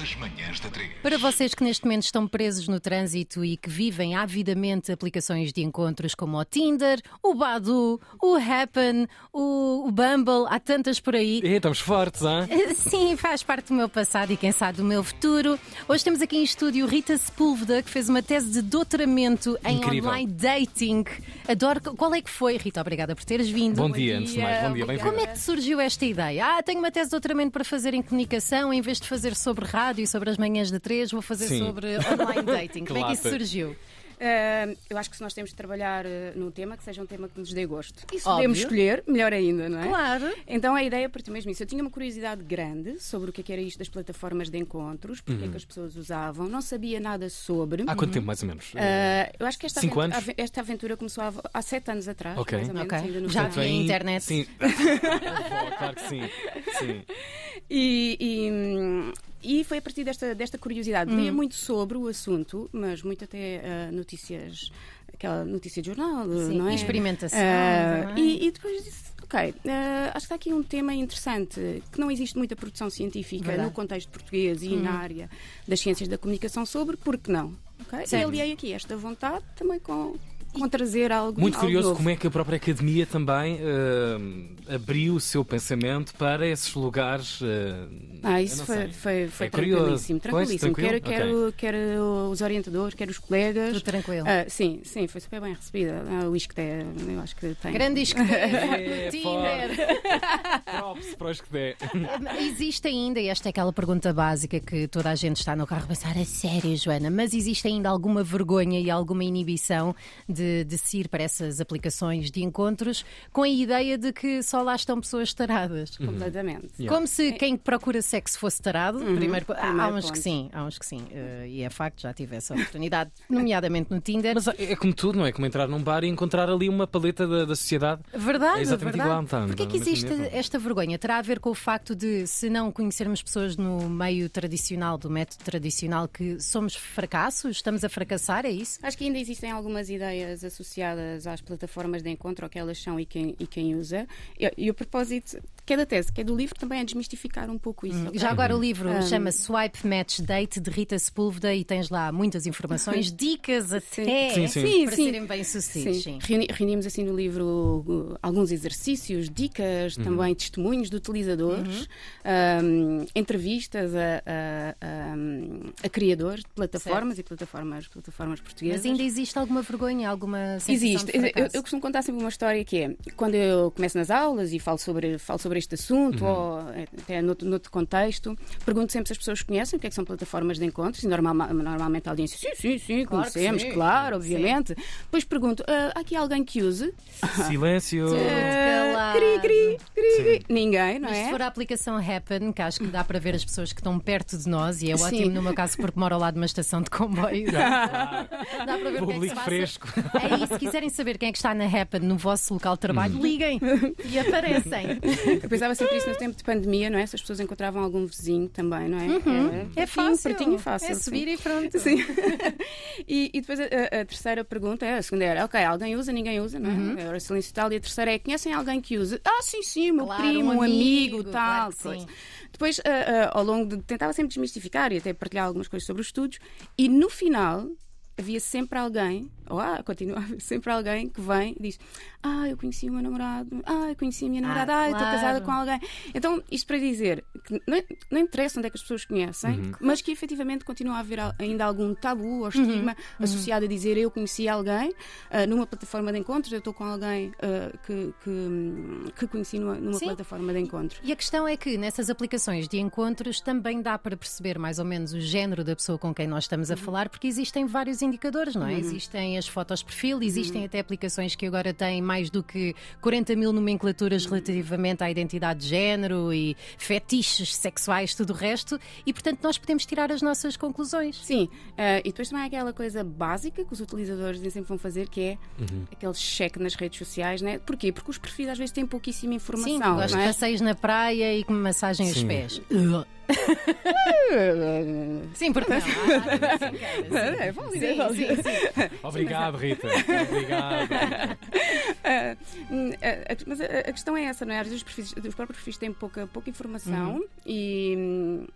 As manhãs da 3. Para vocês que neste momento estão presos no trânsito e que vivem avidamente aplicações de encontros como o Tinder, o Badu, o Happen, o o Bumble, há tantas por aí. E estamos fortes, hein? É, Sim, faz parte do meu passado e quem sabe do meu futuro. Hoje temos aqui em estúdio Rita Sepúlveda, que fez uma tese de doutoramento em Incrível. online dating. Adoro. Qual é que foi, Rita? Obrigada por teres vindo. Bom dia, antes de mais. Bom dia, bem-vindo. Como é que surgiu esta ideia? Ah, tenho uma tese de doutoramento para fazer em comunicação, em vez de fazer sobre rádio e sobre as manhãs de três, vou fazer Sim. sobre online dating. Como é que isso Claro. surgiu? Ah, eu acho que se nós temos de trabalhar ah, num tema, que seja um tema que nos dê gosto. E se Óbvio. podemos escolher, melhor ainda, não é? Claro. Então a ideia partiu mesmo isso. Eu tinha uma curiosidade grande sobre o que, é que era isto das plataformas de encontros, porque é Uhum. que as pessoas usavam, não sabia nada sobre. Há quanto tempo, mais ou menos? Ah, eu acho que é? esta Cinco aventura, anos? esta aventura começou há, há sete anos atrás, Ok. mais ou menos, Ok. ainda no Já verão. havia Bem, internet. Sim. Bom, claro que sim. sim. E, e, hum, e foi a partir desta, desta curiosidade. Hum. Lia muito sobre o assunto, mas muito até ah, notícias, aquela notícia de jornal, Sim, não é? experimentação é? Ah, também. e, e depois disse, ok, ah, acho que está aqui um tema interessante, que não existe muita produção científica Verdade. Hum. no contexto português e na área das ciências da comunicação sobre, porque não? ok E Certo. aliei aqui esta vontade também com, com trazer algo Muito algo curioso novo. como é que a própria academia também eh, abriu o seu pensamento para esses lugares. eh, Ah, eu isso não foi, sei. foi, foi É curioso. tranquilíssimo. Pois, Tranquilíssimo. tranquilo? Quero, quero, quero os orientadores, quero os colegas. Tudo tranquilo. Ah, sim, sim, foi super bem recebida. Ah, o ISCTE, eu acho que tem. Grande isqueiro, É, Tinder. Props para os que der. Existe ainda, e esta é aquela pergunta básica que toda a gente está no carro a pensar, a sério, Joana, mas existe ainda alguma vergonha e alguma inibição de, de se ir para essas aplicações de encontros com a ideia de que só lá estão pessoas taradas? Uhum. Completamente. Yeah. Como se quem procura sexo fosse tarado, primeiro, po- há- há É. Uhum. primeiro uns ponto. que sim, há uns que sim, eh, e é facto, já tive essa oportunidade, nomeadamente no Tinder. eh, Mas é como tudo, não é? Como entrar num bar e encontrar ali uma paleta da, da sociedade. Verdade, É exatamente verdade. igual, então, Porquê é que mesmo existe nível. esta vergonha? Terá a ver com o facto de, se não conhecermos pessoas no meio tradicional, do método tradicional, que somos fracassos? Estamos a fracassar, é isso? Acho que ainda existem algumas ideias associadas às plataformas de encontro, ao que elas são e quem, e quem usa. E, e o propósito, que é da tese, que é do livro, também é desmistificar um pouco isso. ok? Uhum. Já Uhum. agora o livro chama Swipe Match Date de Rita Sepúlveda e tens lá muitas informações, dicas até Sim, sim. Sim, para sim. serem bem sucedidos. Sim. Reuni- reunimos assim no livro uh, alguns exercícios, dicas, também testemunhos de utilizadores, Uhum. um, entrevistas a, a- a- a criadores de plataformas e plataformas, plataformas portuguesas. Mas ainda existe alguma vergonha, alguma sensação Existe. de Eu, fracasso? eu costumo contar sempre uma história que é quando eu começo nas aulas e falo sobre, falo sobre este assunto, ou até noutro, noutro contexto, pergunto sempre se as pessoas conhecem o que é que são plataformas de encontros, e normal- normalmente a audiência, sim, sim, sim, Claro que conhecemos, sim. claro, obviamente. Depois pergunto, "Ah, há aqui alguém que use? Ah, Silêncio. calado. cri, cri, cri, cri. Ninguém, não Mas se é? for a aplicação Happen, que acho que dá para ver as pessoas que estão perto de nós, e é Sim. ótimo no meu caso porque moro ao lado de uma estação de comboio. dá para ver o que é que se Público passa. fresco. É isso, se quiserem saber quem é que está na Happen no vosso local de trabalho, Hum. liguem e aparecem. Eu pensava sempre isso no tempo de pandemia, não é? Se as pessoas encontravam algum vizinho também, não é? É fácil. pertinho e fácil. É sim. subir e pronto. Sim. e, e depois a, a- a terceira pergunta é, a segunda era, ok, alguém usa, ninguém usa, não é? Uhum. Era o silêncio e tal. E a terceira é, conhecem alguém que usa? Ah, sim, sim, o meu Claro, primo, um um amigo, amigo, tal. claro que coisa. sim. Depois, ah, ah, ao longo de. tentava sempre desmistificar e até partilhar algumas coisas sobre os estudos, e no final. Havia sempre alguém, ou ah, continuava sempre alguém que vem e diz: Ah, eu conheci o meu namorado, ah, eu conheci a minha namorada, ah, eu estou claro. casada com alguém. Então, isto para dizer que não, não interessa onde é que as pessoas conhecem, mas que efetivamente continua a haver al- ainda algum Uhum. tabu ou estigma associado a dizer eu conheci alguém ah, numa plataforma de encontros, eu estou com alguém ah, que, que, hum, que conheci numa, numa Sim. plataforma de encontros. E a questão é que nessas aplicações de encontros também dá para perceber mais ou menos o género da pessoa com quem nós estamos Uhum. a falar, porque existem vários indicadores, não é? Existem as fotos de perfil, Uhum. existem até aplicações que agora têm mais do que 40 mil nomenclaturas Uhum. relativamente à identidade de género e fetiches sexuais, tudo o resto, e portanto nós podemos tirar as nossas conclusões. Sim, ah, e depois também há aquela coisa básica que os utilizadores nem sempre vão fazer, que é aquele cheque nas redes sociais, né? Porquê? Porque os perfis às vezes têm pouquíssima informação. Sim, que não gosto de é? passeios na praia e que me massagem os Sim. pés. Sim, porque não? Ah, sim, cara, É, é válido, é sim. válido. Sim, sim, sim. Obrigado, Rita. Obrigado. Ah, hum, ah, ah, mas a, a Uhum. questão é essa, não é? Às vezes os, perfis- os próprios perfis têm pouca, pouca informação e. hum,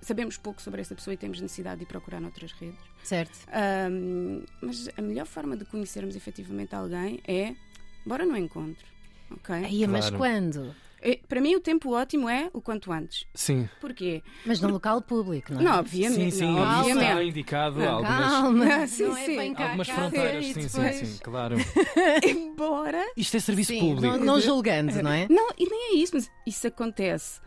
sabemos pouco sobre essa pessoa e temos necessidade de ir procurar noutras redes. Certo. Ahm, mas a melhor forma de conhecermos efetivamente alguém é bora no encontro. ok? Aí, mas Claro. quando? Eh, Para mim, o tempo ótimo é o quanto antes. Sim. Porquê? Mas num local público, não é? Não, Sim, obviamente. sim, isso não, está obviamente. indicado Não, algumas, Calma, Sim, não é sim. bem cá a algumas casa fronteiras. e Sim, sim, depois- sim, claro. Embora. Isto é serviço Sim, público. Não, não julgando, não é? Não, e nem é isso, mas isso acontece.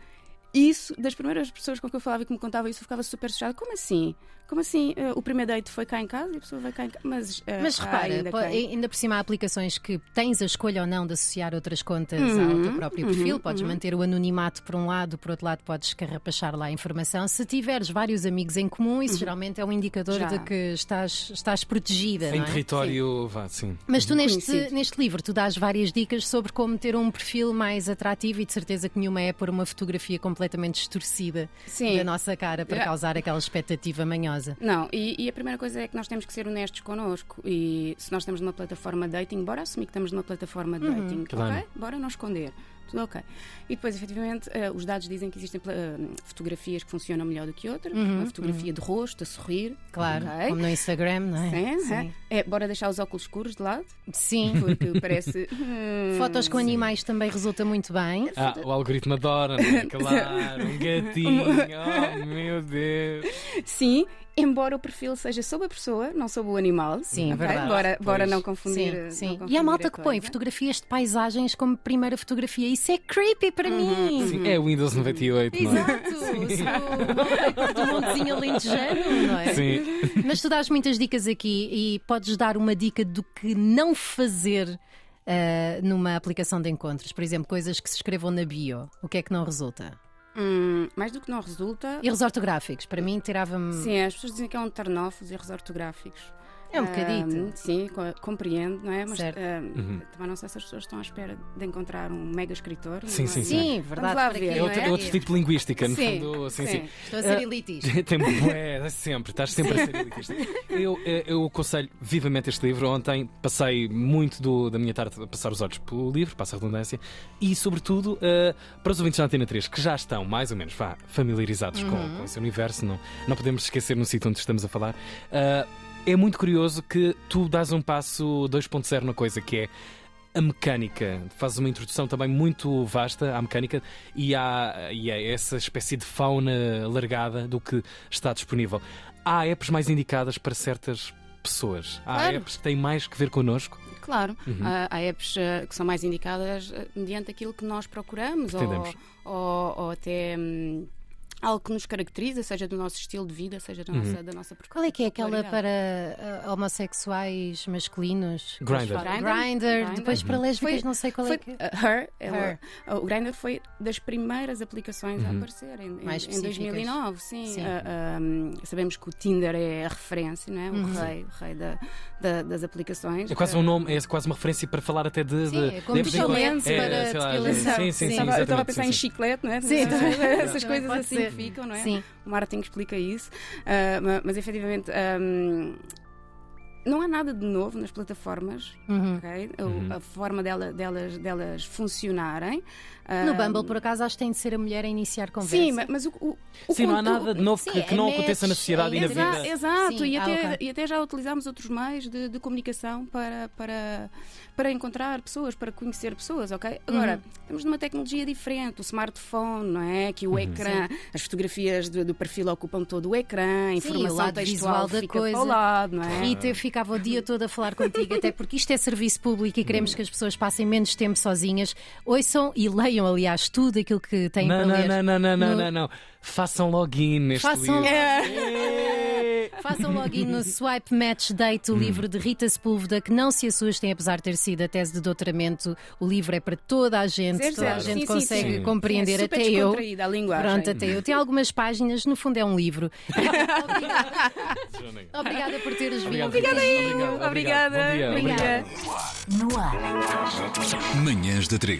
Isso, das primeiras pessoas com que eu falava e que me contava isso, eu ficava super assustada. Como assim? Como assim? eh, o primeiro date foi cá em casa e a pessoa vai cá em casa. Mas, eh, Mas há repara, ainda po- quem- ainda, por cima há aplicações que tens a escolha ou não de associar outras contas Uhum, ao teu próprio perfil. Podes manter o anonimato por um lado, por outro lado, podes carrapachar lá a informação. Se tiveres vários amigos em comum, isso geralmente é um indicador Uhum. Já. de que estás, estás protegida. Em não é? território, vá, sim. Mas tu neste, Conhecido. neste livro tu dás várias dicas sobre como ter um perfil mais atrativo e de certeza que nenhuma é por uma fotografia completamente distorcida Sim. É. da nossa cara para Já. causar aquela expectativa manhosa. Não, e, e a primeira coisa é que nós temos que ser honestos connosco. E se nós estamos numa plataforma dating, bora assumir que estamos numa plataforma Uhum. dating, Claro. ok? Bora não esconder. Tudo ok. E depois, efetivamente, eh, os dados dizem que existem pla- eh, fotografias que funcionam melhor do que outras. Uma fotografia de rosto, a sorrir. Uhum, Claro, ok? como no Instagram, não é? Sim, Sim. sim. É, bora deixar os óculos escuros de lado, Sim. porque parece. hum, É Fotos com animais também resulta muito bem. Ah, o algoritmo adora, não é? Claro, um gatinho. Oh, meu Deus. Sim, embora o perfil seja sobre a pessoa, não sobre o animal. Sim, é ok? verdade. Bora, bora Pois. não confundir. Sim, não sim. E confundir há malta a que põe coisa. fotografias de paisagens como primeira fotografia. Isso é creepy para Uhum. mim. Sim, é o Windows 98, não é? Exato, se o do montezinho alentejano, não é? Sim. Mas tu dás muitas dicas aqui e podes dar uma dica do que não fazer ah, numa aplicação de encontros. Por exemplo, coisas que se escrevam na bio. O que é que não resulta? Hum, mais do que não resulta. Erros ortográficos. Para mim, tirava-me. Sim, as pessoas dizem que é um turn-off os erros ortográficos. É um bocadito. Ahm, sim, co- compreendo, não é? Mas Certo. ahm, Uhum. também não sei se as pessoas estão à espera de encontrar um mega escritor. Sim, não é? sim. Sim, verdade. Vamos lá para ver, quê, É É não outro, é? é outro tipo de linguística, no Sim, fundo. Sim, sim. sim. Estou a ser elitista. Tem bué, é sempre, estás sempre a ser elitista. Eu, eh, eu aconselho vivamente este livro. Ontem passei muito do- da minha tarde a passar os olhos pelo livro, passa a redundância, e sobretudo eh, para os ouvintes da Antena 3 que já estão mais ou menos vá, familiarizados com, com esse universo, não, não podemos esquecer no sítio onde estamos a falar. eh, é muito curioso que tu dás um passo 2.0 na coisa que é a mecânica. Fazes uma introdução também muito vasta à mecânica e, à, e a essa espécie de fauna largada do que está disponível. Há apps mais indicadas para certas pessoas. Há Claro. apps que têm mais que ver connosco. Claro, Uhum. ah, há apps ah, que são mais indicadas ah, mediante aquilo que nós procuramos ou, Pretendemos. ou- ou até hum, algo que nos caracteriza, seja do nosso estilo de vida, seja Uhum. da nossa, da nossa Qual é que é aquela particularidade. para ah, homossexuais masculinos? Grindr. Grinder, Grindr. depois Uhum. para lésbicas, Foi- não sei qual Foi, é que é. uh, Her, ela- Her. uh, o Grindr foi das primeiras aplicações Uhum. a aparecer em, em- Mais em específicas. 2009, sim. Sim. Uh, um, sabemos que o Tinder é a referência, não é? O Uhum. rei, o rei da- da- das aplicações. É quase um nome, é quase uma referência para falar até de. Sim, de, é como de apps de- totalmente é, para sei lá, depilação. Sim. Sim, sim, sim. Estava- eu estava a exatamente, pensar sim, em sim. chiclete, não é? Sim, essas também coisas pode assim ser. que ficam, não é? Sim. O marketing explica isso. Ah, ma- mas efetivamente. hum, não há nada de novo nas plataformas, Uhum. ok? O- Uhum. a forma dela- delas, delas funcionarem. Ah, No Bumble, por acaso, acho que tem de ser a mulher a iniciar conversa. Sim, ma- mas o, o, o Sim, não há conteúdo- nada de novo Sim, que, que é não match, aconteça na sociedade e na é Exa- vida. Exato, Sim, e, ah, até, ok. e até já utilizámos outros meios de, de comunicação para, para, para encontrar pessoas, para conhecer pessoas, ok? Agora, Uhum. estamos numa tecnologia diferente, o smartphone, não é? Que o Uhum. ecrã, as fotografias do, do perfil ocupam todo o ecrã, a informação o lado textual visual da fica coisa. para o lado, não é? Rita, eu ficava o dia todo a falar contigo, até porque isto é serviço público e queremos que as pessoas passem menos tempo sozinhas. Ouçam e leiam, aliás, tudo aquilo que têm Não, para não, ler. não, não, não, não, No- não, não. Façam login neste Façam- livro. É. Façam login no Swipe Match Date, o Hum. livro de Rita Sepúlveda, que não se assustem, apesar de ter sido a tese de doutoramento. O livro é para toda a gente, Zero, toda a zero. gente Sim, sim, consegue sim. compreender, É super até eu. descontraída a linguagem. Pronto, até eu. Tem algumas páginas, no fundo é um livro. obrigada, obrigada por teres vindo. Obrigada Obrigada. Obrigada. Obrigada. Manhãs da 3.